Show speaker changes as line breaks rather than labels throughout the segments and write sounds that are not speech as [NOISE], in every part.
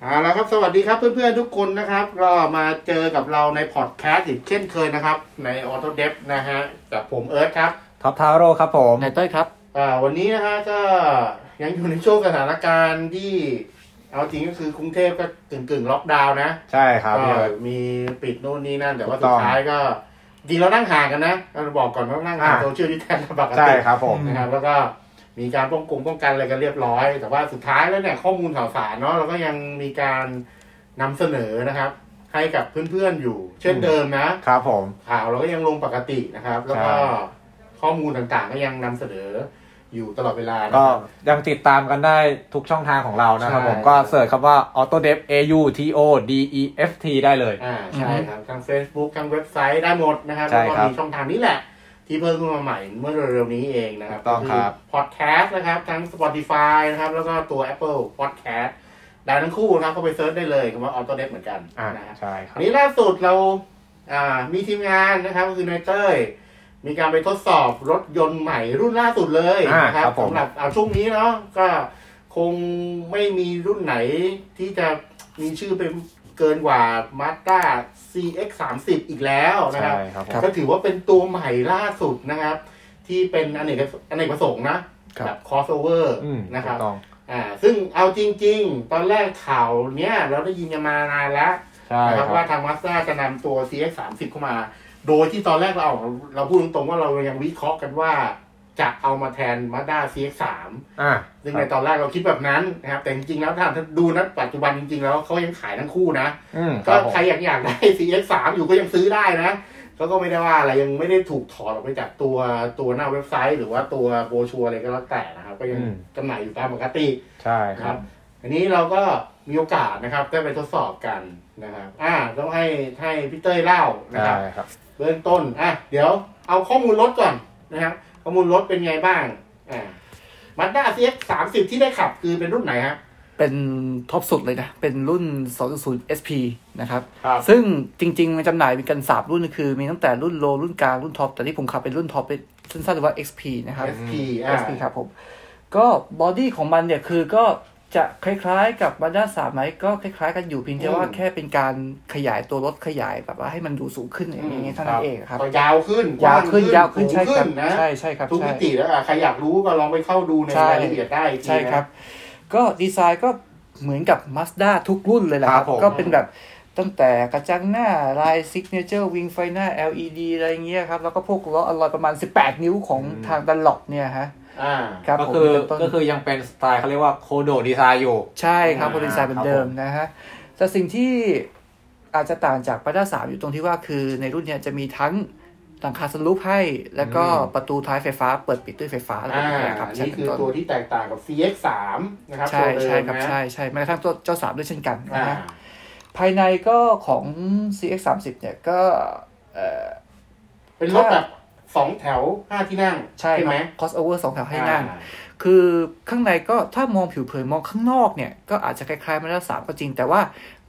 เอาละครับสวัสดีครับเพื่อนๆทุกคนนะครับ ก็มาเจอกับเราในพอดแคสต์อีกเช่นเคยนะครับ ใน Auto d e p นะฮะกับผมเอิร์ธครับ
ท็อปทาโร่ครับผม
นายเต้ยครับ
อ่าวันนี้นะฮะก็ยังอยู่ในช่วงสถานการณ์ที่ เอาจริงก็คือกรุงเทพก็กึ่งๆล็อกดาวน์นะ
ใช่ครับ
ก็
พี่เอิร์ธ
มีปิดนู่นนี่นั่น แต่ว่า
ถูก
สุ
ต้
ด
อง
ท้ายก็จริงเรานั่งห่างกันนะเราบอกก่อนว่านั่งห่าง
อ่า
โซเชียลดิสแทน [LAUGHS] ปก
ใช่
ติ
ครับผม
อืม
นะครับ แล้วก็มีการป้องกงป้องกันอะไรกันเรียบร้อย แต่ว่าสุดท้ายแล้วเนี่ยข้อมูลข่าวสารเนาะเราก็ยังมีการนำเสนอนะครับ ให้กับเพื่อนๆอยู่ เช่น
อืม
เดิมนะ
ครับผม
ข่าวเราก็ยังลงปกตินะครับ แล้วก็
ใช่
ข้อมูลต่างๆ ก็ยังนำเสนออยู่ตลอดเวลานะค
ก็
รับ
ยังติดตามกันได้ทุกช่องทางของเรานะครับ
ใช่
ผมก็เสิร์ชคำว่า auto dev a u t o d e f t ได้เลย
อ่าใช่ครับทั้ง Facebook ทั้งเว็บไซต์ได้หมดนะครับ
ใช่
แล้วก็
ครับ
มีช่องทางนี้แหละ ที่เพิ่มขึ้นมาใหม่เมื่อเร็วๆนี้เองนะครับ
ถูกต้องครับ
พอดแคสต์นะครับ ทั้ง Spotify นะครับ แล้วก็ตัว Apple Podcast ได้ทั้งคู่นะครับเข้าไปเซิร์ชได้เลยคำว่า Auto d e เหมือนกัน
อ่า
นะฮะ
ใช่ค
อั
รั
น
บ
นี้ล่าสุดเราอ่ามีทีมงานนะครับก็คือนายเต้ย มีการไปทดสอบรถยนต์ใหม่รุ่นล่าสุดเลย
อ่า
นะครับ
ครับผม
สำหรับเอาช่วงนี้เนาะก็คงไม่มีรุ่นไหนที่จะมีชื่อเป็นเกินกว่า Mazda CX 3 0อีกแล้วนะค
ใช่
รับ
ครับผม
ก็ถือว่าเป็นตัวใหม่ล่าสุดนะครับ ที่เป็นอเนกอเนกประสงค์นะครับ แบบ crossover
อืม
นะครับ
ถูกต้อง
อ่า ซึ่งเอาจริง ๆ ตอนแรกข่าวเนี้ยเราได้ยินกันมานานแล้ว
ใช่ค
นะค
รั
รับบ ว่าทางมาสด้าจะนำตัว CX 3 0เข้ามา โดยที่ตอนแรกเราเอาเราพูดตรงๆว่าเรายังวิเคราะห์กันว่า จะเอามาแทนมาสด้า CX
อ่า
3ซึ่งในตอนแรกเราคิดแบบนั้นนะครับ แต่จริงๆแล้วถ้าดูนะปัจจุบันจริงๆแล้วเขายังขายทั้งคู่นะ
อืมค
ก็
รับผม
ใครอยากอยากได้ CX 3อยู่ก็ยังซื้อได้นะเขาก็ไม่ได้ว่าอะไรยังไม่ได้ถูกถอดออกไปจากตัวตัวหน้าเว็บไซต์ หรือว่าตัวโบรชัวร์อะไรก็แล้วแต่นะครับ ก็ยังจำหน่ายอยู่ตามปกติ
ใช่ค
ค
รั
รั
บบ
อันนี้เราก็มีโอกาสนะครับได้ไปทดสอบกันนะครับ อ่าต้องให้ให้พี่เต้ยเล่านะค
ใช่
รับ
ครับ
เบื้องต้นอ่ะเดี๋ยวเอาข้อมูลรถก่อนนะครับ ข้อมูลรถเป็นไงบ้างอ่ามาด้าซีเอสามสิบที่ได้ขับคือเป็นรุ่นไหนครับ
เป็นท็อปสุดเลยนะ เป็นรุ่น 2.0 SP นะครับ
ครับ
ซึ่งจริง ๆ มันจำหน่ายมีกัน 3 รุ่นคือ มีตั้งแต่รุ่นโล รุ่นกลาง รุ่นท็อป แต่ที่ผมขับเป็นรุ่นท็อปเป็นสั้นๆหรือว่า XP นะครับ
SP
เอ
อ่า
สพีครับผม ก็บอดี้ของมันเนี่ยคือก็จะคล้ายๆกับมาด้าสามไหมก็คล้ายๆกันอยู่เพียงแต่ว่าแค่เป็นการขยายตัวรถขยายแบบว่าให้มันดูสูงขึ้นอย่างนี้ยเท่านั้นเองครับ
ก็ยาวขึ้นก
ยาวขึ้นยาวขึ้น
สูง
ใช่ครับ
นะ
ใช่ใช่ครับ
ทุก
ใช่
มิติแล้วอ่ะใครอยากรู้ก็ลองไปเข้าดูใน
ใช่
รายละเอียดได้อีกทีนะ
ใช่ครับ ก็ดีไซน์ก็เหมือนกับ Mazda ทุกรุ่นเลยแหละครับ
ครับผม
ก็เป็นแบบตั้งแต่กระจังหน้าลาย Signature Wing ไฟหน้า LED อะไรเงี้ยครับ แล้วก็พวกล้ออลลอยประมาณ 18 นิ้วของ
อืม
ทางดันล็อปเนี่ยฮะ
อ่า
ครับ
ก็
ผม
คือ
เป็นต้น
ก็คือยังเป็นสไตล์เขาเรียกว่าโคโดดีไซน์อยู่
ใช่ครับ
อ่า
บริษัทเหมือ
ครับ
นเดิมนะฮะ แต่สิ่งที่อาจจะต่างจาก Mazda 3 อยู่ตรงที่ว่าคือในรุ่นเนี่ยจะมีทั้งหลังคาสลูปให้ แล้วก็ประตูท้ายไฟฟ้าเปิดปิดด้วยไฟฟ้าอะไร
อ่า
แบบนี้ครับใช่
นี่
เป็
คือน
ต้น
ตัวที่แตกต่างกับ CX 3นะครับ
ใช่
ตัวเดิม
ใช่ครับ
นะ
ใช่ใช่แม้กระทั่งตัวเจ้าสามด้วยเช่นกันนะ
อ่า
ฮะ ภายในก็ของ CX 3 0เนี่ยก็เอ่อ
เป็นรถแบบสองแถวห้าที่นั่ง
ใช่ค
ไห
รั
ม
บ crossover สองแถวให้นั่ง
อ่า
คือข้างในก็ถ้ามองผิวเผินมองข้างนอกเนี่ย ก็อาจจะคล้ายๆมาตรสามก็จริง แต่ว่า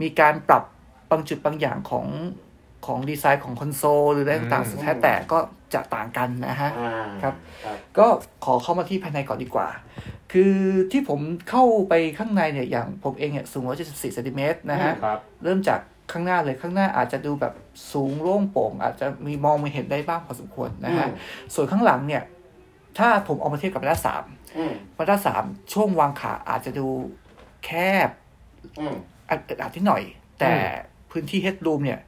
มีการปรับบางจุดบางอย่างของของดีไซน์ของคอนโซล หรืออะไรต่าง
อืม
ๆสุดแท้แต่ก็จะต่างกันนะฮะ
อ่า
ครับ
ครับ
ก็ขอเข้ามาที่ภายในก่อนดีกว่า คือที่ผมเข้าไปข้างในเนี่ยอย่างผมเองเนี่ยสูง174เซนติเมตรนะฮะ
ครับ
เริ่มจากข้างหน้าเลยข้างหน้าอาจจะดูแบบสูงโล่งโปร่ง อาจจะมีมองไม่เห็นได้บ้างพอสมควรนะฮะ
อืม
ส่วนข้างหลังเนี่ย ถ้าผมเอามาเทียบกับมาด้าสาม
อืม
มาด้าสามช่วงวางขาอาจจะดูแคบ
อืม
อัดอัดนิดหน่อย แต่พื้นที่เฮดรูมเนี่ย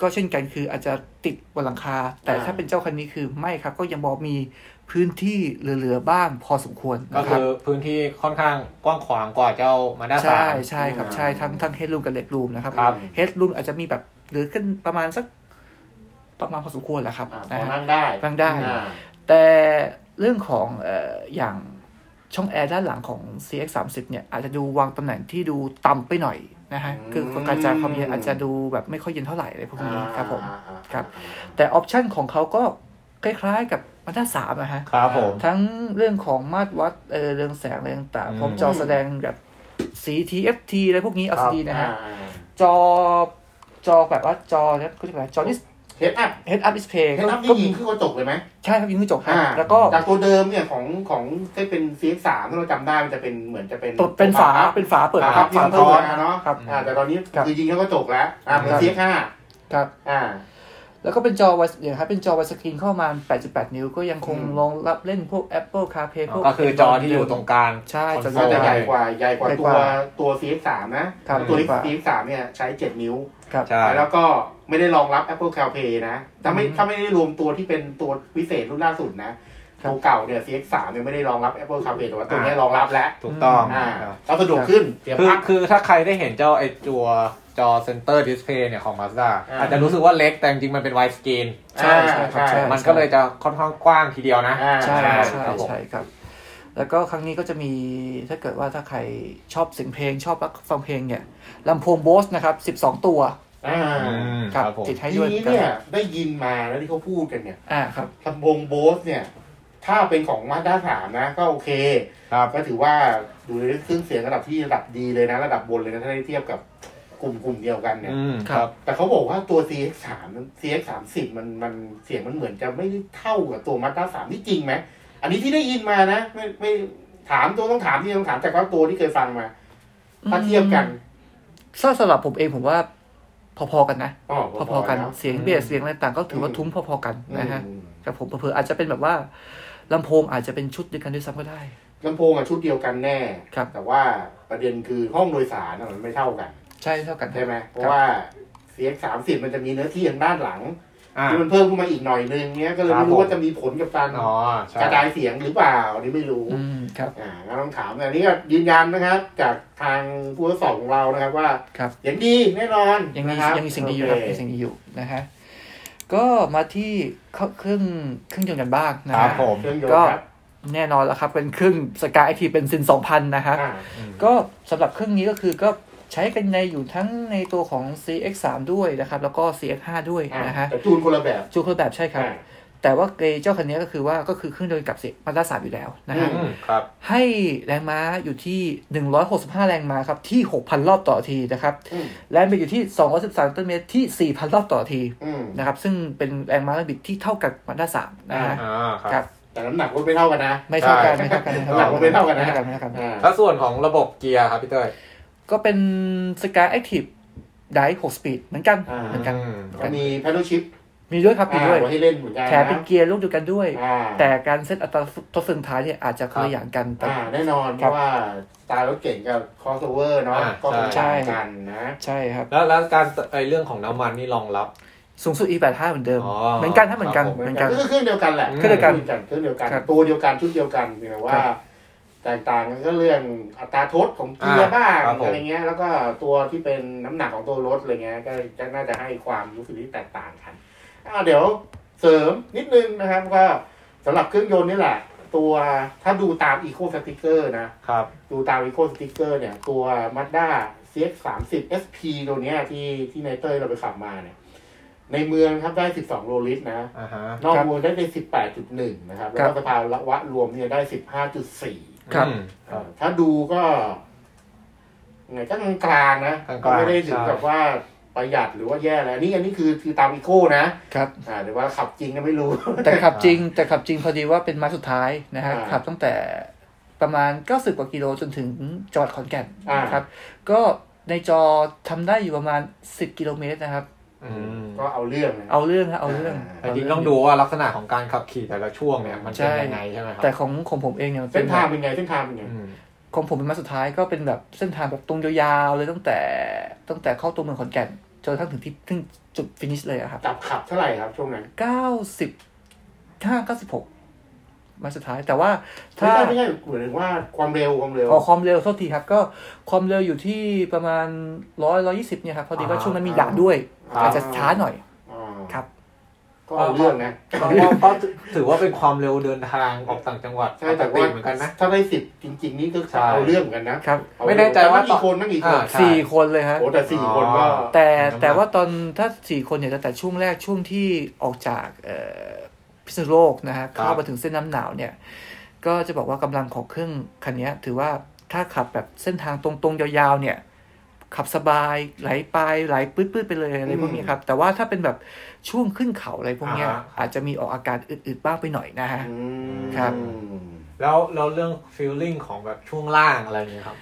ก็เช่นกันคืออาจจะติดบนหลังคา แต่ถ้าเป็นเจ้าคันนี้คือไม่ครับ ก็ยังบอกมีพื้นที่เหลือๆบ้างพอสมควร
ก็
นะค
คื
รับ
อพื้นที่ค่อนข้างกว้างขวางกว่าเจ้ามาด้าสา
ใช่
ม
ใช่ครับใช่ทั้งทั้งเฮดรูมกับเลดรูมนะครับ
ครับ
เฮดรุ่นอาจจะมีแบบเหลือขึ้นประมาณสักประมาณพอสมควรแหละครับ
อ่าพ
นะ
อ
ฮะ
นั่งได้
นั่งได้
อ่า
แต่เรื่องของเอ่ออย่างช่องแอร์ด้านหลังของ CX 3 0เนี่ย อาจจะดูวางตำแหน่งที่ดูต่ำไปหน่อยนะฮะ คือการกระจายความเย็นอาจจะดูแบบไม่ค่อยเย็นเท่าไหร่อะไรพวกนี้ครับผม
อ่าอ่า
ครับ แต่ออปชันของเขาก็คล้ายๆกับมาด้าสามนะฮะ
ครับผม
ทั้งเรื่องของมาตรวัดเอ่อเรื่องแสงอะไรต่าง
อืม
ๆพร้อมจอแสดงแบบสี TFT อะไรพวกนี้ LCD นะฮะ
อ่า
จอจอแบบว่าจอเนี่ยเขาเรียกอะไรจอดิส
เ เฮดอัพ
head up display
เฮดอัพ
ก็
ที่ยิ
มี
งคือกระจกเลยไหม
ใช่ครับยิงกระจกครับ
อ่า
แล้วก็
จากตัวเดิมเนี่ยของของที่เป็น CX3 ที่เราจำได้มันจะเป็นเหมือนจะเป็น
ตัวเป็นฝาเป็นฝาเปิด
ครับที่
ฝา
มัน
เปิ
ซ้อน
ด
เนาะ
ครับ
อ่าแต่ตอนนี้
ครับ
คือยิงเข้ากระจกแล้วอ่าเหมือน
ครับ
CX5
ครับ
อ่า
แล้วก็เป็นจอวัยอย่างครับเป็นจอวัยสกรีนเข้ามาณ 8.8 นิ้วก็ยังคง
อืม
รองรับเล่นพวก Apple CarPlay พวก
ก็คือจอที่อยู่ตรงกลาง
ใช่
คอนโซล
ก็จะ
อ
ใหญ่กว่าใหญ่กว่า
ใหญ่
ตัว
กว่า
ตัว CX3 นะครับ ตัว
ดีกว่า
CX3 เนี่ยใช้ 7 นิ้ว
ครับ
ใช่
แล้วก็ไม่ได้รองรับ Apple CarPlay นะถ้าไม่
อืม
ถ้าไม่ได้รวมตัวที่เป็นตัววิเศษรุ่นล่าสุดนะครับ ตัวเก่าเนี่ย CX3 เนี่ยไม่ได้รองรับ Apple CarPlay แต่ว่าตัวเนี้ยรองรับแล้ว
ถูกต้อง
อ่า
ครับ
ก็สะดวกขึ้นเสียบ
คือ
ปลั๊ก
คือถ้าใครได้เห็นเจ้าไอตัวจอเซนเตอร์ดิสเพย์เนี่ยของ Mazda
อ่า
อาจจะรู้สึกว่าเล็กแต่จริงๆมันเป็นไวสกรีน
ใช่ใช่ครับ
อ่า
ใช่
มันก็เลยจะค่อนข้างกว้างทีเดียวนะ
อ่า
ใช่
ใช่
ใช่
ครับผม
ใช่ครับ แล้วก็ครั้งนี้ก็จะมีถ้าเกิดว่าถ้าใครชอบเสียงเพลงชอบรักฟังเพลงเนี่ยลำโพง Bose นะครับ 12 ตัว
อ่า
ครับ
ผม
ติดให้
ที
ด้วย
นี้เนี่ยได้ยินมาแล้วที่เขาพูดกันเนี่ย
อ่าครับ
ลำโพงโบสเนี่ย ถ้าเป็นของมาด้าสามนะ ก็โอเค
ครับ
ก็ถือว่าดูในเครื่องเสียงระดับที่ระดับดีเลยนะ ระดับบนเลยนะ ถ้าได้เทียบกับกลุ่มกลุ่มเดียวกันเนี่ย
อืม
ค
ค
รั
รับ บ
แต่เขาบอกว่าตัว CX 3 CX 3 0มันมันเสียงมันเหมือนจะไม่ได้เท่ากับตัวมาด้าสามที่จริงไหม อันนี้ที่ได้ยินมานะ ไม่ไม่ถามตัวต้องถามที่ต้องถามจากเขาตัวที่เคยฟังมา ถ้าเทียบกัน
ถ้าสำหรับผมเองผมว่าพอๆกันนะ
อ๋อ
พอๆกัน
แล้ว
เสียง
อืม
เบสเสียงอะไรต่างก็ถือว่า
อืม
ทุ้มพอๆกันนะฮะ
อืม
กับผมเผื่อๆอาจจะเป็นแบบว่าลำโพงอาจจะเป็นชุดเดียวกันด้วยซ้ำก็ได้
ลำโพงอะชุดเดียวกันแน่
ครับ
แต่ว่าประเด็นคือห้องโดยสารอะมันไม่เท่ากัน
ใช่เท่ากัน
ใช่ไหมเพราะว่า CX สามสิบมันจะมีเนื้อที่ทางด้านหลัง
อ่า
ที่มันเพิ่มขึ้นมาอีกหน่อยนึงเนี้ยก็เลย
ค
ไม่
รับ
รู้
ผม
ว่าจะมีผลกับการ
อ๋อใช่
กระจายเสียงหรือเปล่าอันนี้ไม่รู้
อืมครับ
อ่าก็ต้องถามแต่อันนี้ก็ยืนยันนะครับ จากทางผู้ทดสอบของเรานะครับว่า
ครับ
เสียงดีแน่นอน
ยังมี
นะครับ
ยังมีสิ่งดีอยู่ครับ
โ
มีสิ่งดีอยู่นะฮะก็มาที่เครื่องเครื่องเครื่องยนต์กันบ้างนะ
ค
ฮะ
รับผม
เครื่องยน
ก็
ต์ครับ
แน่นอนแล้วครับ เป็นเครื่องสกายไอทีเป็นซินสองพันนะฮะ
อ่า
ก็สำหรับเครื่องนี้ก็คือก็ใช้กันในอยู่ทั้งในตัวของ CX3 ด้วยนะครับ แล้วก็ CX5 ด้วย
อ่า
นะฮะ
แต่จูนคนละแบบ
จูนคนละแบบใช่ครับ
อ่า
แต่ว่าเกรย์เจ้าคันนี้ก็คือว่าก็คือเครื่องยนต์กับมาด้าสามอยู่แล้วนะฮะ
อื
อืมครับ
ให้แรงม้าอยู่ที่ 165 แรงม้าครับ ที่ 6,000 รอบต่อนาทีนะครับ
อืม
แรงบิดอยู่ที่ 213 ตันเมตรที่ 4,000 รอบต่อนาที
อืม
นะครับซึ่งเป็นแรงม้าแรงบิดที่เท่ากับมาด้าสามนะฮะ
อ่าค
ครั
รับ บ
แต่น้ำหนักรถไม่เท่ากันนะ
ไม่เท่ากัน
ใช่
ไม่เท่ากัน
น้ำหนักมันไม่เท่ากันนะ
ไม่เท่ากันไม่เท่ากัน
อ่า
แล้วส่วนของระบบเกียร์ครับพี่เต้ย
ก็เป็นสกายแอคทีฟไดหกสปีดเหมือนกัน
อ่า
เหมือนกัน
อืม
ก็มีแพดเดิลชิป
มีด้วยครับมีด้วย
ไว้ให้เล่นเหมือนกันนะ
แถมเป็นเกียร์ลูกเดียวกันด้วย
อ่า
แต่การเซตอัตราทดเฟืองท้ายเนี่ยอาจจะคนละอย่างกันแต่
อ่าแน่นอนเพ
ครับ
ราะว่าสไตล์รถเก่งกับคอสเวอร์เนาะ
อ่า
ก็คงต่างกันนะ
ใช่ครับ
แล้วแล้วการไอเรื่องของน้ำมันนี่รองรับ
สูงสุด E85 เหมือนเดิม
อ๋อ
เหมือนกันถ้าเหมือนกัน
ครับผม
เหมือนกัน
ก็คือเครื่องเดียวกันแหละ
เครื่องเดียวกัน
เครื่องเดียวกัน
ครับ
ตัวเดียวกันชุดเดียวกันเพียงแต่ว่า แตกต่างกันก็เรื่องอัตราทดของเกียร์
อ่า
บ้าง
ครับผม
อะไรเงี้ย แล้วก็ตัวที่เป็นน้ำหนักของตัวรถอะไรเงี้ยก็จะน่าจะให้ความรู้สึกที่แตกต่างกันอ่าเดี๋ยวเสริมนิดนึงนะครับก็สำหรับเครื่องยนต์นี่แหละ ตัวถ้าดูตาม Eco Sticker นะ
ครับ
ดูตามอีโคสติกเกอร์เนี่ย ตัว Mazda CX 3 0 SP ตัวเนี้ยที่ที่ในเตอร์เราไปขับมาเนี่ย ในเมืองครับได้ 12 โลลิตรนะ
อ่าฮะ
นอกเมืองได้ไป18.1 นะครับ แล้ว
ครั
ก็
บ
สภาวะวะรวมเนี่ยได้ 15.4
ครับ
อืม
เอ่อถ้าดูก็ไงก็กลางๆนะ
กลางๆ
ก็ไม่ได้ถึง
ใช่
กับว่าประหยัดหรือว่าแย่แล้วนี่อันนี้คือคือตามอีโคนะครับ อ่าหรือว่าขับจริงก็ไม่รู้
แต่ขับจริงแต่ขับจริงพอดีว่าเป็นไม้สุดท้ายนะฮะ
อ่า
ขับตั้งแต่ประมาณ 90 กว่ากิโลจนถึงจังหวัดขอนแก่น
อ่า
นะครับ ก็ในจอทำได้อยู่ประมาณ 10 กิโลเมตรนะครับ
อืม
ก็เอาเรื่องนะ
เอาเรื่องฮะเอาเรื่อง
อ่า
แต่
เา
จริ
เ
งต้องดูว่าลักษณะของการขับขี่แต่ละช่วงเนี่ยมันเป็น
ใช่
ยังไงใช่ไหมครับ
แต่ของของผมเองเนี่ยมัน
เส้
เป็น น
ทางเป็นไงเส้นทางเป็นไง
อืม
ของผมเป็นไม้สุดท้ายก็เป็นแบบเส้นทางแบบตรงยาวๆเลยตั้งแต่ตั้งแต่เข้าตัวเมืองขอนแก่นจนกระทั่งถึงที่ถึงจุดฟินิชเลยอะครับ
จับขับเท่าไหร่ครับช่วงนั้น
90 5 96ไม้สุดท้ายแต่ว่า
ไม่
ถ้า
ใช่ไม่ใช่หมายถึงว่าความเร็วความเร็ว
พอความเร็วโทษทีครับก็ความเร็วอยู่ที่ประมาณร้อยร้อยี่สิบเนี่ยครับ พอดีว่า
อ่า
ช่วงนั้นมีด่านด้วย
อ่า
อาจจะช้าหน่อย
อ่า
ครับ
ก็เอาเรื่องนะ
ก็ก็ก็ถือว่าเป็นความเร็วเดินทางออกต่างจังหวัด
ใช่
ปก
แต่
ติ
ว่า
เหมือนกันนะ
ถ้าได้สิบจริง ๆ นี่ก็
ใช่
เอาเรื่องเหมือนกันนะครับ เอาเรื่อ
ไม่
ง
แน่ใจว่า
ต่กี่คนนั่งกี่คน
อ่า ใช่
สี่คนเลยฮะ
โอ้แต่สี่คนก็
แต่
ครับ
แต่ว่าตอนถ้าสี่คนเนี่ยแต่ช่วงแรกช่วงที่ออกจากเอ่อพิษณุโลกนะฮะเข้ามาถึงเส้นน้ำหนาวเนี่ย ก็จะบอกว่ากำลังของเครื่องคันเนี้ย ถือว่าถ้าขับแบบเส้นทางตรงๆยาวๆเนี่ย ขับสบายไหลไปไหลปืดๆไปเลยอะไรพวกนี้ครับ แต่ว่าถ้าเป็นแบบช่วงขึ้นเขาอะไรพวกเนี้ย
อ่าฮะ
อาจจะมีออกอาการอืดๆบ้างไปหน่อยนะฮะ
อืม
ครับ
แล้วเราเรื่องฟีลลิ่งของแบบช่วงล่างอะไรอย่างเงี้ยครับ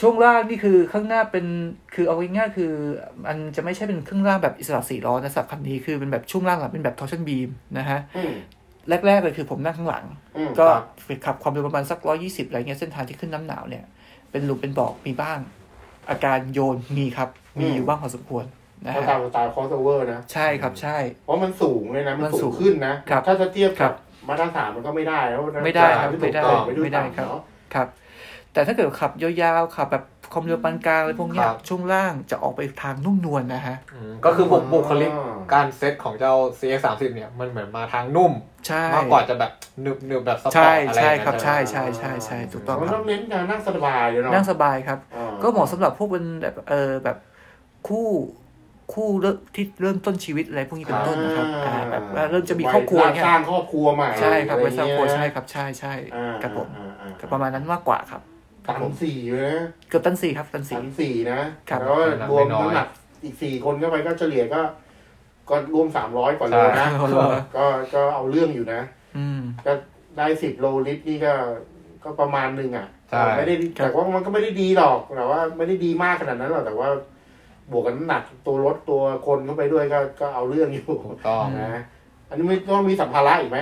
ช่วงล่างนี่คือข้างหน้าเป็นคือเอาง่ายๆคือมันจะไม่ใช่เป็นเครื่องล่างแบบอิสระสี่ล้อนะสับคำนี้คือเป็นแบบช่วงล่างหลังเป็นแบบทอร์ชันบีมนะฮะ
อืม
แรกๆเลยคือผมนั่งข้างหลัง
อืม
ก็
ครับ
ขับความเร็วประมาณสักร้อยี่สิบอะไรเงี้ยเส้นทางที่ขึ้นน้ำหนาวเนี่ย เป็นหลุมเป็นบอกมีบ้าง อาการโยนมีครับ มีอยู่บ้างพอสมควรนะ
เพราะ
ฮะ
ตามสไตล์คอสเวอร์นะ
ใช่ครับใช่
เพราะมันสูงเลยนะ มัน
มันสู
สูง
ง
ขึ้นนะ
ครับ
ถ้าจะเทียบ
ครั
กับบ มาตรฐานมันก็ไม่ได้แล้วนะ
ไม่ได้ครับ
ถูก
ไม่ได้
ต้อง
ไม่ได้ครับ
เนาะ
ครับ แต่ถ้าเกิดขับยาวๆขับแบบความเร็วปานกลางอะไรพวกเนี้ย
ครับ
ช่วงล่างจะออกไปทางนุ่มนวลนะฮะ
อืมก็คือบุคบุคลิกการเซตของเจ้า CX 3 0เนี่ยมันเหมือนมาทางนุ่ม
ใช่
มากกว่าจะแบบหนึบหนึบแบบสปอ
ใช่
ร์ตอะไรอ
ใช่
ย่างเงี้ย
ครับ
ไหม
ใช่ใช่ใช่ใช่ถูกต้อง
มัน
ค
ต้
รั
อบ งเน้นการนั่งสบายเลยเนาะ
นั่งสบายครับ
อ่า
ก็เหมาะสำหรับพวกเป็นแบบเออแบบคู่คู่เริ่มที่เริ่มต้นชีวิตอะไรพวกนี้เป็นต้นนะครับ
อ่า
อ่าแบบว่าเริ่มจะมีครอบครัวเนี่ย
สร้างครอบครัวใหม่
ใช่ครับ
อะ
ไว
ไอย่
ซาง โค
เงี้ย
ใช่ครับใช่ใช่
อ่า
ครับผม
อ่าอ่
กับประมาณนั้นมากกว่าครับค
ตั
รับ
น
ผม
สี่เลยนะ
เกือบตันสี่ครับตัน
ตั
สี่
นสี่นะครับ แล้วก็รวม
น้อย
น้ำ
ๆ
หนักอีกสี่คนเข้าไปก็เฉลี่ยก็ก็รวมสามร้อยกว่าโลนะ
โอ้โห
ก็ก็เอาเรื่องอยู่นะ
อืม
ได้สิบโลลิตรนี่ก็ก็ประมาณหนึ่งอ่ะ
ใช่
ไม่ได้
ครับ
แต่ว่ามันก็ไม่ได้ดีหรอกแต่ว่าไม่ได้ดีมากขนาดนั้นหรอกแต่ว่า บวกกับน้ำหนักตัวรถตัวคนเข้าไปด้วยก็ก็เอาเรื่องอยู่
ถูกต้อง
นะอันนี้ไม่ต้องมีสัมภาระอีกไหม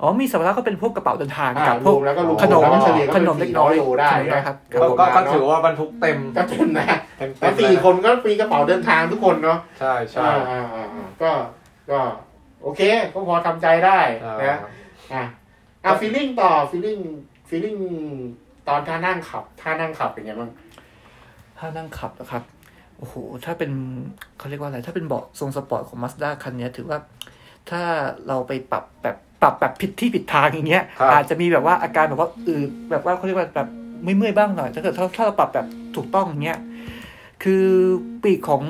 อ๋อมีสัมภาระก็เป็นพวกกระเป๋าเดินทาง
อ่า
กับ
ร
พว
ว
ก
มแล้วก็รวม
ขนม
แล้วก็เฉลี่ยก็
ข
เป็น
มเล็ก
สี่
น้
ร้
อ
อย
ย
โลได้
ขนม
นะ
นะครับ
ก็ก็ก็ถือ
อ
ว่าบรรทุกเต็ม
ก็เต็มนะ
เต็มเต็
แล้ว
ม
สี่คนก็มีกระเป๋าเดินทางทุกคนเนาะ
ใช่ใช่
อ่าอ่าอ่าอ่าก็ก็โอเค ก็พอทำใจได้นะ อ่ะอ่ะฟีลิ่งต่อฟีลิ่งฟีลิ่งตอนท่านั่งขับท่านั่งขับเป็นไงบ้าง
ถ้านั่งขับนะครับ โอ้โห ถ้าเป็นเขาเรียกว่าอะไร ถ้าเป็นเบาะทรงสปอร์ตของ Mazda คันเนี้ยถือว่า ถ้าเราไปปรับแบบปรับแบบผิดที่ผิดทางอย่างเงี้ย
ครับ
อาจจะมีแบบว่าอาการแบบว่าอืดแบบว่าเขาเรียกว่าแบบเมื่อยๆบ้างหน่อย ถ้าเกิดถ้าถ้าเราปรับแบบถูกต้องอย่างเงี้ย คือปีกของ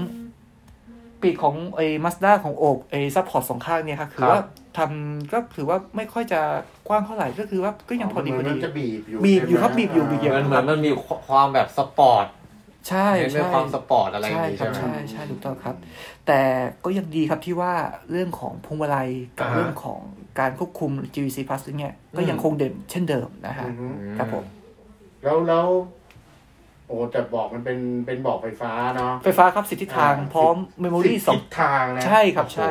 ปีกของไอ้มาสด้าของโอบไอ้ซัพพอร์ตสองข้างเนี่ยครับคือว่าทำก็ถือว่าไม่ค่อยจะกว้างเท่าไหร่ก็คือว่าก็ยังพอดีพอ
มั
ดี
นจะบีบอยู่
บีบอยู่ครับบีบอยู่บีบอยู่
เหมือนเหมือนมันมีความแบบสปอร์ต
ใช่
เน้นใน
ใช่
ความสปอร์ตอะไรอย่างงี้
ครั
ใช่ไหม
ใช่ใช่ถูกต้องครับ แต่ก็ยังดีครับที่ว่าเรื่องของพวงมาลัยกับ
อ่าฮะ
เรื่องของการควบคุม GVC Plus เนี่ยก็ยังคงเดิมเช่นเดิมนะ
อื
ฮะ
อฮึ
ครับผม
แล้วแล้ว โอ้แต่บอกมันเป็นเป็นบอกไฟฟ้าเนาะ
ไฟฟ้าครับสิทธิทาง
อ่า
พร้อมเมมโมรี่สอง
ทิศทางนะ
ใช่ครับใช่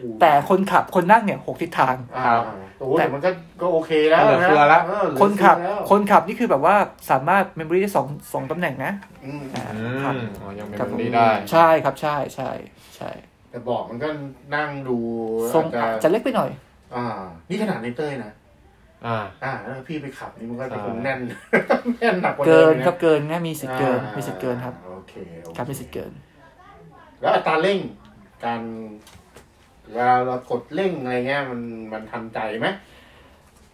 โอ้โห
แต่คนขับคนนั่งเนี่ยหกทิศทาง
อ่า
ครับ
โอ้โหแต่มันก็ก็โอเคแล้ว
เหลือเฟือละ
เออเหลือ
คนขับ
เฟือแล้ว
คนขับนี่คือแบบว่าสามารถเมมโมรี่ได้สองสองตำแหน่งนะ
อืม
อ่า
อืม
ครับ
อ๋อยังเป็น
ครับ
แบบ
ผม
นี้ได้
ใช่ครับใช่ใช่ใช่
แต่บอกมันก็นั่งดู
ทรง
อาจ
อาจ
จะ
จะเล็กไปหน่อย
อ่า นี่ขนาดในเต้ยนะ
อ่า
อ่าแล้วพี่ไปขับนี่มันก็จะ
ใช่
คงแน่น [LAUGHS] แน่นหนักกว่า
เกิน
ดิมอี
ครับเกินนะมีสิทธิ์เกิน
อ่า
มีสิทธิ์เกินครับ
โอเคโอเค
ครับมีสิทธิ์เกิน
แล้วอัตราเร่งการเวลาเรากดเร่งอะไรเงี้ยมันมันทันใจไหม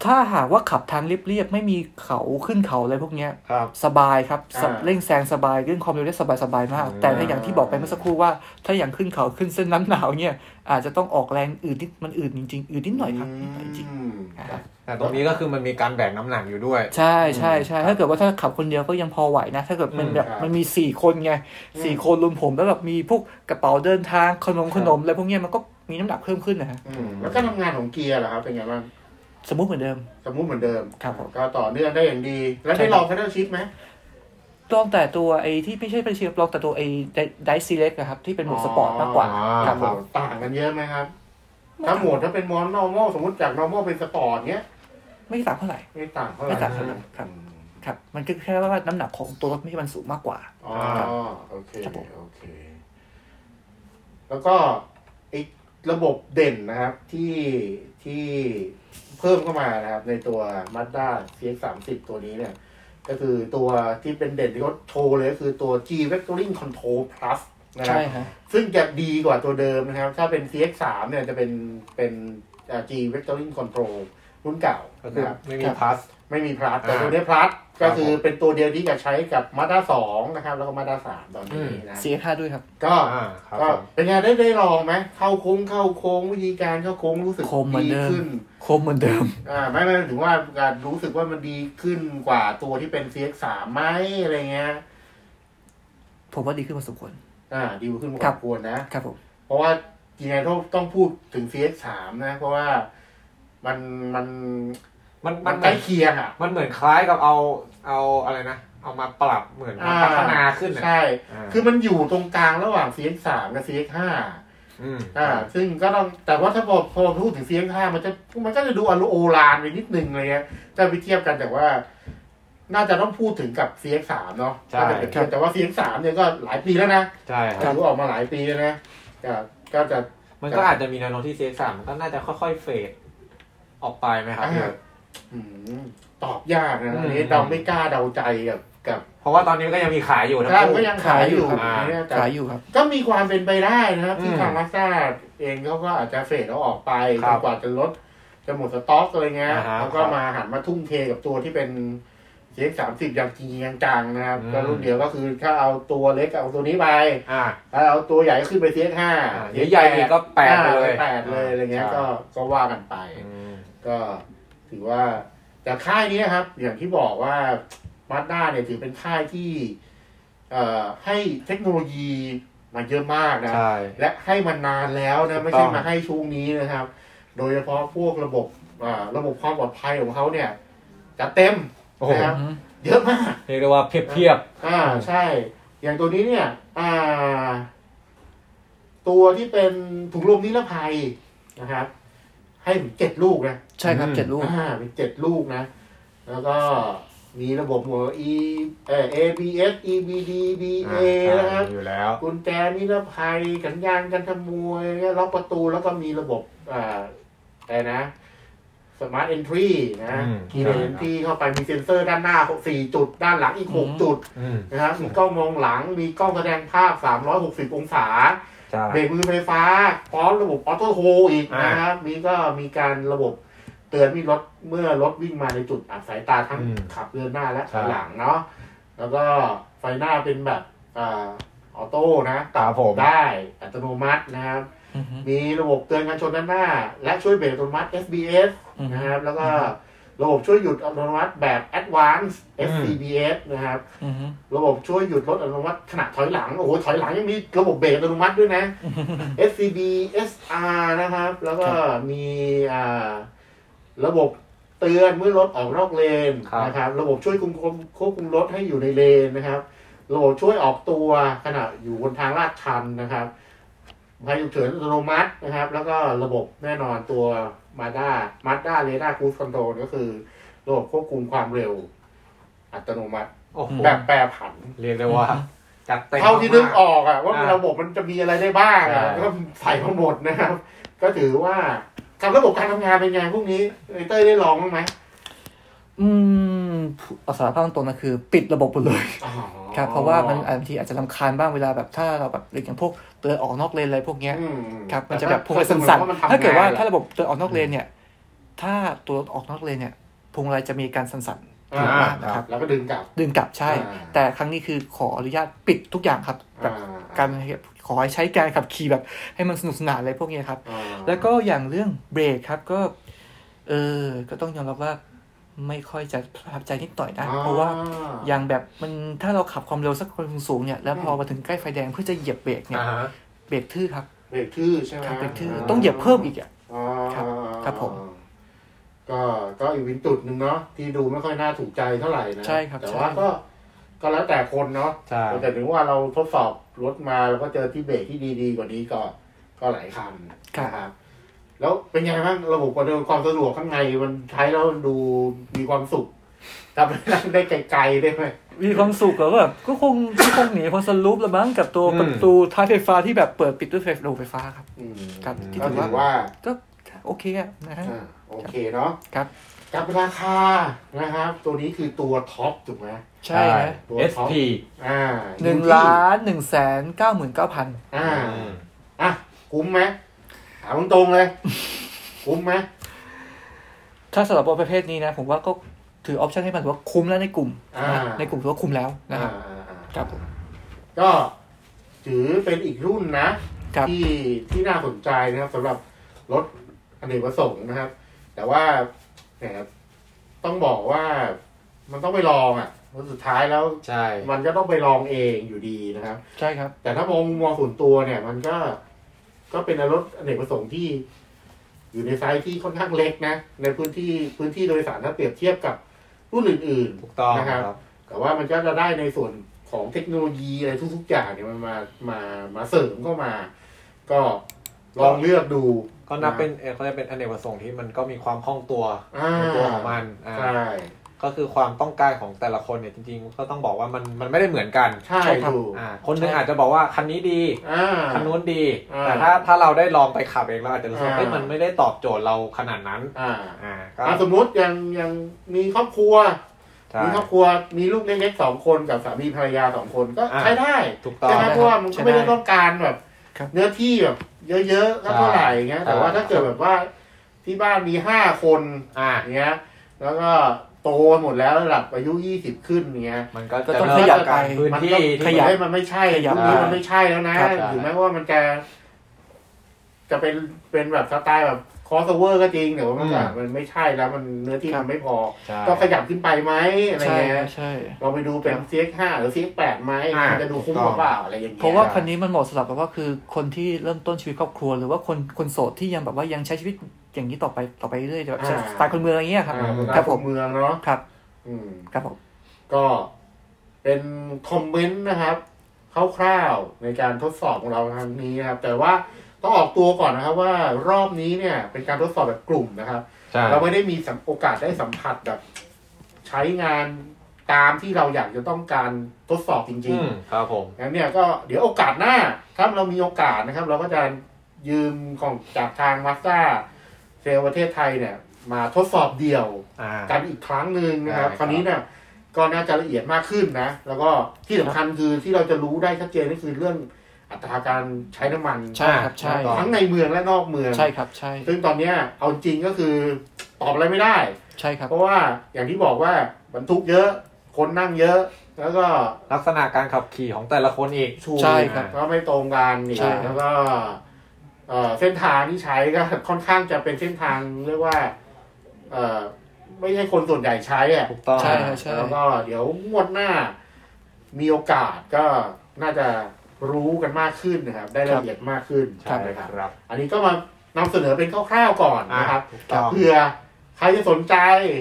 ถ้าหากว่าขับทางเรียบๆไม่มีเขาขึ้นเขาอะไรพวกเนี้ย
ครับ
สบายครับส
า
เร่งแซงสบายเรื่องความเร็วได้สบายสบายๆมาก
อืม
แต่ถ้าอย่างที่บอกไปเมื่อสักครู่ว่าถ้าอย่างขึ้นเขาขึ้นเส้นน้ำหนาวเนี่ย อาจจะต้องออกแรงอืดนิดมันอืดจริงๆอืดนิดหน่อยครับนิดหน่อยจริง
อืม
อ่า
แต่ตรงนี้ก็คือมันมีการแบกน้ำหนักอยู่ด้วย
ใช่ใช่ใช่ถ้าเกิดว่าถ้าขับคนเดียวก็ยังพอไหวนะ ถ้าเกิดมัน
อืม
แบบ
ครับ
มันมีสี่คนไงสี่คนรวมผมแล้วแบบมีพวกกระเป๋าเดินทางขนม
ครับ
ขนมอะไรพวกเนี้ยมันก็มีน้ำหนักเพิ่มขึ้นนะฮะ
อืมแล้วการทำงานของเกียร์เหรอครับเป็นไงบ้าง
สมมุติเหมือนเดิม
สมมุติเหมือนเดิม
ครับผม
ก็ต่อเนื่องได้อย่างดี แล้ว
ใช่
ได้ล
ครับ
องแพดเดิลชิฟไหม
ลองแต่ตัวไอ้ที่ไม่ใช่เป็นเชียร์ลองแต่ตัวไอ้ไดซีเล็กครับที่เป็นหมวดสปอร์ตมากกว่า
อ๋
อ
ครับผม
ต่างกันเยอะไหมครับ ถ้าโหมดถ้าเป็นมอน normal สมมติจาก normal เป็นสปอร์ตเนี้ย
ไม่ต่างเท่าไหร่
ไม่ต่างเท่าไห
ไม่
ร่
ต่างเท่าไหร่ครับ ครับ มันก็แค่ว่าน้ำหนักของตัวรถไม่ให้มันสูงมากกว่า
อ๋อ
ครับ
โอเค
ครับผม
โอเค แล้วก็อีกระบบเด่นนะครับที่ที่เพิ่มเข้ามานะครับ ในตัว Mazda CX-30 ตัวนี้เนี่ย ก็คือตัวที่เป็นเด่นที่เขาโชว์เลยก็คือตัว G Vectoring Control Plus นะครับ
ใช่ฮะ
ซึ่งจะดีกว่าตัวเดิมนะครับ ถ้าเป็น CX3 เนี่ยจะเป็นเป็นอ่า G Vectoring Control รุ่นเก่า
ก็คือ
นะครับ
ไม่มีพัส
ไม่มีพลัสแต่
อ่า
ตัวนี้พลัส
ครั
ก็
บ
คือเป็นตัวเดียวที่จะใช้กับมาด้าสองนะครับ แล้วก็มาด้าสามตอน
อื
นี้
ม
นะ
CX5 ด้วยครับ
ก็
อ่าครับ
ก็
ผม
เป็นไงได้ได้ลองไหมเข้าโค้งเข้าโค้งวิธีการเข้าโค้งรู้สึก
โค้งเหมือน
ดี
เดิม
ขึ้น
โคมเหมือนเดิม
อ่าไม่ไม่ถึงว่าการรู้สึกว่ามันดีขึ้นกว่าตัวที่เป็น CX3 ไหมอะไรเงี้ย
ผมว่าดีขึ้นพอสมควร
อ่าดีขึ้นพอ
ค
ส
รั
ม
บ
ควรนะ
ครับผม
เพราะว่าจริงๆต้องต้องพูดถึง CS3 นะ เพราะว่ามันมัน
มันมั
มัน น
เห
ใกล้
มือน
เคียงอ่ะ
มันเหมือนคล้ายกับเอาเอาอะไรนะ เอามาปรับเหมือนมาพัฒนาขึ้นนะ
ใช่
อ่า
คือมันอยู่ตรงกลางระหว่าง CS3 กับ CS5
อืม
อ่า ซึ่งก็ต้องแต่ว่าถ้าพอพอพูดถึง CS5 มันจะมันก็จะดูอโลโอลานไปนิดนึงเลยนะจะไปเทียบกันแต่ว่า น่าจะต้องพูดถึงกับ CS3 เนาะถ้าจะไปเทียบแต่ว่า CS3 เนี่ยก็หลายปีแล้วนะ
ใช่ครับ
อายุออกมาหลายปีแล้วนะก็ก็จะ
มันก็อาจจะมีแนวโน้มที่ CX3 มันก็น่าจะค่อยๆเฟดออกไปไหมครับ
อ่า
พี่เอิร์ธ
อืมตอบยากนะอัน
อื
นี้
ม
เราไม่กล้าเดาใจกับกับ
เพราะว่าตอนนี้มันก็ยังมีขายอยู่นะ
ถ้า
คู่
ก็ยังขายอยู่
อ่า
เนี่ยแต่
ขายอยู่ครับ
ก็มีความเป็นไปได้นะครับ ที่
อืม
ทางลักซ่าเองเขาก็อาจจะเฟดเราออกไปจ
ครับ
นกว่าจะลดจะหมดสต็อกอะไรเงี้ย
อ่าฮะ
แล้วก็
ครับ
มาหันมาทุ่มเทกับตัวที่เป็นเจ็สามสิบอย่างจริงๆจังๆนะครับ
อืม
ก็รุ่นเดียวก็คือถ้าเอาตัวเล็กเอาตัวนี้ไป
อ่า
ถ้าเอาตัวใหญ่ก็ขึ้นไปเจ็ห้า
อ่าเดี๋ยวใหญ่อีกก็แปดเลย
แปดเลยอะไรเงี้ย ก็ก็ว่ากันไป
อืม
ก็ถือว่าแต่ค่ายนี้ครับ อย่างที่บอกว่ามาด้าเนี่ยถือเป็นค่ายที่ เอ่อให้เทคโนโลยีมาเยอะมากนะ
ใช่
และให้มันนานแล้ว
ถูกต้
นะ
อง
ไม่ใช่มาให้ช่วงนี้นะครับ โดยเฉพาะพวกระบบอ่าระบบความปลอดภัยของเขาเนี่ยจะเต็ม
โอ้โห
นะครับเยอะมาก
เรียกได้ว่าเพียบ
อ่าใช่ อย่างตัวนี้เนี่ย อ่า ตัวที่เป็นถุงลมนิรภัยนะครับ ให้ถึงเจ็ดลูกนะ
ใช่ครับ
อืม
เจ็ดลูก
อ่าเป็นเจ็ดลูกนะ แล้วก็มีระบบหัว e เอ่อ ABS EBD BA
อ่า
นะครับ
อยู่แล้ว
กุญแจนิรภัยสัญญาณกันขโมยล็อกประตูแล้วก็มีระบบอ่าอะไรนะสมาร์ทเอนทรีนะ
อืม
มีเอนทรีเข้าไปมีเซ็นเซอร์ด้านหน้าสี่จุด ด้านหลังอีกหก
อืม
จุด
อืม
นะครับมีกล้องมองหลัง มีกล้องแสดงภาพ 360 องศา
ใช่
เบรกมือไฟฟ้าพร้อมระบบออโต้โฮลอีก
อ่า
นะครับมีก็มีการระบบเตือนมีรถเมื่อรถวิ่งมาในจุดอับสายตาทั้ง
อืม
ขับเรือนหน้าและ
ครั
ขั
บ
บหลังเนาะแล้วก็ไฟหน้าเป็นแบบอ่าออโต้นะ
ตาผม
ได้อัตโนมัตินะครับ
อือฮึ
มีระบบเตือนการชนด้านหน้า และช่วยเบรกอัตโนมัติ SBS
อืม
นะครับ แล้วก็ระบบช่วยหยุดอัตโนมัติแบบ Advanced SCBS นะครับ
อือฮึ
ระบบช่วยหยุดรถอัตโนมัติขณะถอยหลัง โอ้โห ถอยหลังยังมีระบบเบรกอัตโนมัติด้วยนะ SCB SR นะครับ แล้วก็มีอ่าระบบเตือนเมื่อรถออกนอกเลน
ครับ
นะครับ ระบบช่วยคุมควบคุมรถให้อยู่ในเลนนะครับ ระบบช่วยออกตัวขณะอยู่บนทางลาดชันนะครับพายุกเฉินอัตโนมัตินะครับ แล้วก็ระบบแน่นอนตัวมาด้ามาด้าเรดาร์คูสคอนโทรลก็คือ ระบบควบคุมความเร็ว อัตโนมัติ
โอ้โห
แบบแปรผัน
เรียกได้ว่า
อืม
จัดเต็ม
เท่าที่นึกอ
มาก
อกอะว่า
อ่า
ระบบมันจะมีอะไรได้บ้างอะ
ใช่
ก็ใส่มาหมดนะครับ ก็ถือว่าการระบบการทำงานเป็นไงพวกนี้ไอเต้ยได้ลองบ้างไหม
อืมเอาสารภาพตรงๆนะคือ ปิดระบบหมดเลย
อ๋อ
ครับเพราะว่ามันบางทีอาจจะลำคาญบ้างเวลาแบบถ้าเราแบบหรืออย่างพวกเตือนออกนอกเลนอะไรพวกเนี้ย
อื
ครับ
แต่
มันจะแบบพวงมาลัย
ถ้
สั่น
มันทำงน
ๆถ้าเกิดว่าถ้า
อะ
ระบบเตือนออกนอกเลนเนี่ย ถ้าตัวออกนอกเลนเนี่ยพวงมาลัยจะมีการสั่น
อ่า
อ่า
ๆนะครับ
แล้วก็ดึงกลับ
ดึงกลับใช่
อ่า
แต่ครั้งนี้คือขออนุญาตปิดทุกอย่างครับแบบ
อ่
การขอให้ใช้การขับขี่แบบให้มันสนุกสนานอะไรพวกเนี้ยครับ
อ่า
แล้วก็อย่างเรื่องเบรกครับก็ เออก็ต้องยอมรับว่าไม่ค่อยจะประทับใจนิดหน่อยนะเพราะว่า อย่างแบบมันถ้าเราขับความเร็วสักคนสูงๆเนี่ยแล้วพอมาถึงใกล้ไฟแดงเพื่อจะเหยียบเบรกเนี่ย
อ่าฮะ
เบรกทื่อครับ
เบรกทื่อใช่ไหม
ครับเบรกทื่อ
ม
ต้องเหยียบเพิ่มอีกอ่ะ
อ๋อ
ครับครับผม
ก็ก็อีกวินจุดหนึ่งเนาะที่ดูไม่ค่อยน่าถูกใจเท่าไหร่นะ
ใช่ครับ
แต่
ใช่
ว่าก็ ก็แล้วแต่คนเนาะ
ใช่
แต่ถึงว่าเราทดสอบรถมาแล้วก็เจอที่เบรกที่ดีๆกว่านี้ก็ก็หลายคัน
ครับ
นะครับ แล้วเป็นไงบ้างระบบความเร็วความสะดวกข้างในมันใช้แล้วดูมีความสุขทำให้นั่งได้ไกลๆได้ไหม
มีความสุขแล้วแบบก็คงก็คงหนีพอสรุปละมั้งกับตัวประตูท้ายไฟฟ้าที่แบบเปิดปิดด้วยไฟระบบไฟฟ้าครับ
อืม
ครับที่
ก็
ถือ
ถื
ว่า
อว่า
ก็โอเคอะนะฮะ
อ่าโอเคเนาะ
ครับ
กับราคานะครับ ตัวนี้คือตัวท็อปถูกไหม
ใช่นะ
ตัว
ๆ
ท็อป
SP
อ่า
หนึ่ง
อยู่ที่
ล้านหนึ่งแสนเก้าหมื่นเก้าพัน
อ่า
อืม
อ่ะคุ้มไหมถามตรงๆเลย คุ้มไหม
ถ้าสำหรับประเภทนี้นะ ผมว่าก็ถือออปชั่นให้มันถือว่าคุ้มแล้วในกลุ่ม
อ่า
นะในกลุ่มถือว่าคุ้มแล้วนะครับ
อ่าอ่าอ่า
ครับผม
ก็ถือเป็นอีกรุ่นนะ
ครับ
ที่ที่น่าสนใจนะครับสำหรับรถอเนกประสงค์นะครับ แต่ว่าแหมต้องบอกว่ามันต้องไปลองอ่ะ เพราะสุดท้ายแล้ว
ใช่
มันก็ต้องไปลองเองอยู่ดีนะครับ
ใช่ครับ
แต่ถ้ามองมุมมองส่วนตัวเนี่ย มันก็ก็เป็นรถอเนกประสงค์ที่ อยู่ในไซส์ที่ค่อนข้างเล็กนะ ในพื้นที่พื้นที่โดยสารถ้าเปรียบเทียบกับรุ่นอื่น
ถูกต้อง
นะครับ
ครับ
ๆ แต่ว่ามันก็จะได้ในส่วนของเทคโนโลยีอะไรทุก ๆ อย่างเนี่ยมันมามามาเสริมเข้ามา ก็ลองเลือกดู
ก็นับเป็นเอ่อเขาเรียกเป็นอเนกประสงค์ที่มันก็มีความคล่องตัว
อ่า
ในตัวของมันอ่า
ใช่
ก็คือความต้องการของแต่ละคนเนี่ยจริงๆ ก็ต้องบอกว่ามันมันไม่ได้เหมือนกัน
ใช่
ใช่ครับ
ถูก
อ่าคนหนึงอาจจะบอกว่าคันนี้ดี
อ่า
คันนู้นดี
อ่า
แต่ถ้าถ้าเราได้ลองไปขับเองเราอาจจะรู้สึกว่า
อ่า
เอ้ยมันไม่ได้ตอบโจทย์เราขนาดนั้น
อ่า
อ่าก็
อ่าสมมติยังยังมีครอบครัว
ใช่
มีครอบครัวมีลูกเล็กๆสองคนกับสามีภรรยาสองคนก็
อ่า
ใช้ได้
ถูกต้อง
ใช่ไหม
ได้ครับ
เพราะว่ามัน
ใช่
ก็ไม่ได้
ได้
ต้องการแบบ
ครับ
เนื้อที่แบบ เยอะๆก็เท่าไหร่อย่างเงี้ย
ใช่
แต่ว่าถ้าเกิดแบบว่าที่บ้านมีห้าคน
อ่า
อย่างเงี้ย แล้วก็โตหมดแล้วระดับอายุยี่สิบขึ้นอย่างเงี้ย
มันก็
ก็
จะ
ต้อง
เริ่
ข
ม
ยับไป
จากพื้น
มันก็
ที่ที่
ขยับ
เฮ้มันไม่ใช่
ข
ยุ
ยับ
คนี้มันไม่ใช่แล้วนะครับ ถึงแม้ว่ามันจะจะเป็นเป็นแบบสไตล์แบบคอสเวอร์ก็จริงแต่ว่ามันก็
อืม
มันไม่ใช่แล้ว มันเนื้อที่มันไม่พอ
ใช่
ก็ขยับขึ้นไปไหมอะไร
ใช่
เงี้ย
ใช่
เราไปดูเป็น CX5 หรือ CX8 ไหม
อ่า
มันจะดูคุ้มกว่าเปล่าอะไรอย่างเงี้ย
เพราะว่าคันนี้มันเหมาะสำหรับแบบว่าคือคนที่เริ่มต้นชีวิตครอบครัว หรือว่าคนคนโสดที่ยังแบบว่ายังใช้ชีวิตอย่างนี้ต่อไปต่อไปเรื่อยๆแบบใช้สไตล์คนเมืองอะไรเงี้ยครับ
อ่า
ครั
ตา
บ
มผ
ผ
ม มเมืองเนาะ
ครับ
อืม
ครับผม
ก็เป็นคอมเมนต์นะครับคร่าวๆในการทดสอบของเราครั้งนี้นะครับ แต่ว่าต้องออกตัวก่อนนะครับ ว่ารอบนี้เนี่ย เป็นการทดสอบแบบกลุ่มนะครับ
ใช่
เราไม่ได้มีสัมโอกาสได้สัมผัสแบบ ใช้งานตามที่เราอยากจะต้องการทดสอบจริ
อื
งๆ
มครับผม
งั้นเนี่ยก็เดี๋ยวโอกาสหน้าถ้าเรามีโอกาสนะครับ เราก็จะยืมของจากทางมาสด้าเซลประเทศไทยเนี่ย มาทดสอบเดี่ยว
อ่า
กันอีกครั้งหนึ่งนะครับ
ได้
ค
ครับ
ราวนี้เนี่ยก็น่าจะละเอียดมากขึ้นนะ แล้วก็ที่สำคัญคือที่เราจะรู้ได้ชัดเจนก็คือเรื่องอัตราการใช้น้ำมัน
ใช่ครับใช่
อ่า
ทั้งในเมืองและนอกเมือง
ใช่ครับใช่
ซึ่งตอนเนี้ยเอาจริงก็คือตอบอะไรไม่ได้
ใช่ครับ
เพราะว่าอย่างที่บอกว่าบรรทุกเยอะ คนนั่งเยอะ แล้วก็
ลักษณะการขับขี่ของแต่ละคนอีก
ถูก
ใช่ครับ
ก็ไม่ตรงกันนี่
ใช่
แล้วก็เอ่อเส้นทางที่ใช้ก็ ค่อนข้างจะเป็นเส้นทางเรียกว่า เอ่อไม่ใช่คนส่วนใหญ่ใช้อะ
ถูกต้อง
ใช่ครับ
แล้วก็เดี๋ยวงวดหน้า มีโอกาสก็น่าจะรู้กันมากขึ้นนะครับ ได้ละเอียดมากขึ้น
ใช่
นะค
ค
รับ
รับ
อันนี้ก็มานำเสนอเป็นคร่าวๆก่อนนะครับ
อ่ะถูกต้อง
เผื่อใครจะสนใจ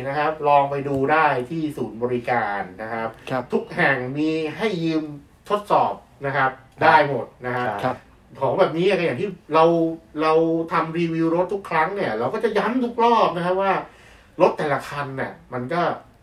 นะครับ ลองไปดูได้ที่ศูนย์บริการนะครับ
ครับ
ทุกแห่งมีให้ยืมทดสอบนะครับ ได้หมดนะฮะ
ครับ
ของแบบนี้ก็อย่างที่เราเราทำรีวิวรถทุกครั้งเนี่ย เราก็จะย้ำทุกรอบนะครับว่า รถแต่ละคันเนี่ยมันก็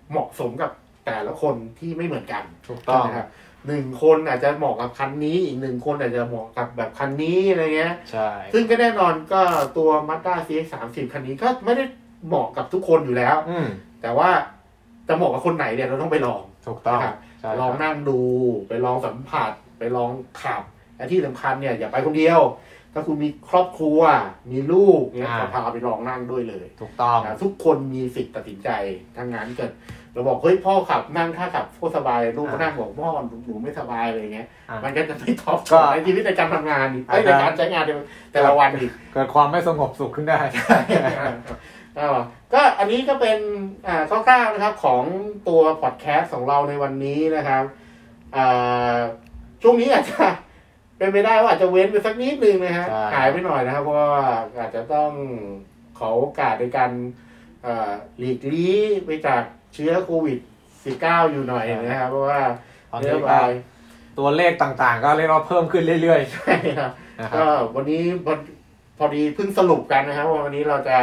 เหมาะสมกับแต่ละคนที่ไม่เหมือนกัน
ถูกต้อง
นะครับหนึ่งคนอาจจะเหมาะกับคันนี้ อีกหนึ่งคนอาจจะเหมาะกับแบบคันนี้อะไรเงี้ย
ใช่
ซึ่งก็แน่นอนก็ตัว Mazda CX-30 คันนี้ก็ไม่ได้เหมาะกับทุกคนอยู่แล้ว
อืม
แต่ว่าจะเหมาะกับคนไหนเนี่ยเราต้องไปลอง
ถูกต้อง
ครับ
ใช่
ลอง
ครับ
นั่งดู ไปลองสัมผัส ไปลองขับและที่สำคัญเนี่ย อย่าไปคนเดียว ถ้าคุณมีครอบครัว มีลูกเนี่ยก็พาไปลองนั่งด้วยเลย
ถูกต้อง
นะทุกคนมีสิทธิ์ตัดสินใจทางงานเกิด เราบอกเฮ้ยพ่อขับนั่งถ้าขับโคตรสบายลูกก็
อ่า
นั่งบอกพ่อหนูไม่สบายอะไรเงี้ย
อ่ามั
มันก็จะไม่ตอบโจ
ก็
ทย์ในชีวิตในการทำงานอีกเอ้ยใน
อ่า
การใช้งานในแต่ละวันอีก
เกิดความไม่สงบสุขขึ้นได้
[LAUGHS] อ่าก็อันนี้ก็เป็นอ่าคร่าวๆนะครับของตัวพอดแคสต์ของเราในวันนี้นะครับอ่าช่วงนี้อาจจะเป็นไปได้ว่าอาจจะเว้นไปสักนิดนึงนะฮะ
ใช่
หายไปหน่อยนะครับ เพราะว่าอาจจะต้องขอโอกาสในการอ่าหลีกลี่ไปจากเชื้อโควิด 19 อยู่หน่อยนะครับ เพราะว่า
ตอน
เรื่
นี้
อง
ก็
ราว
ตัวเลขต่างๆ ก็เรียกว่าเพิ่มขึ้นเรื่อย
ใช่ครับ
ๆนะครั
ก็
บ
วันนี้พอพอดีเพิ่งสรุปกันนะครับว่าวันนี้เราจะ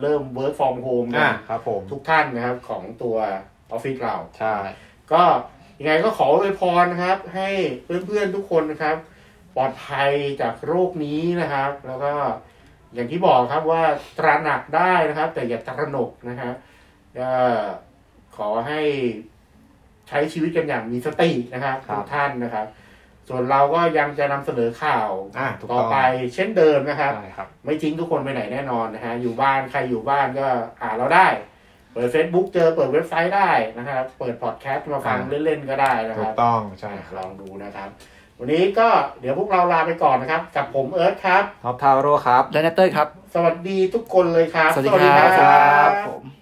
เริ่ม work from home กั
อ่าน ครับผม
ทุกท่านนะครับของตัวออฟฟิศเรา
ใช่
ก็ยังไงก็ขออวยพรนะครับ ให้เพื่อนๆทุกคนนะครับ ปลอดภัยจากโรคนี้นะครับ แล้วก็อย่างที่บอกครับว่าตระหนักได้นะครับ แต่อย่าตระหนกนะฮะก็ขอให้ใช้ชีวิตกันอย่างมีสตินะครับทุกท่านนะครับ ส่วนเราก็ยังจะนำเสนอข่าว
อ่าถูก
ต่อ
ต้อง
ไปเช่นเดิมนะครับ
ใช่ครับ
ไม่ทิ้งทุกคนไปไหนแน่นอนนะฮะ อยู่บ้านใครอยู่บ้านก็อ่านเราได้ เปิด Facebook เจอเปิดเว็บไซต์ได้นะครับ เปิดพอดแคสต์มาฟัง
อ่า
เล่นๆก็ได้นะค
ถู
รั
ก
บ
ต้องใช่ค
ล
รับ
องดูนะครับ วันนี้ก็เดี๋ยวพวกเราลาไปก่อนนะครับ กับผมเอิร์ธครับ
ท็อปทาวโร่ครับ
และแนตเตอร์ครับ
สวัสดีทุกคนเลยครับ
สวัสดีครับ
ครับ
ผม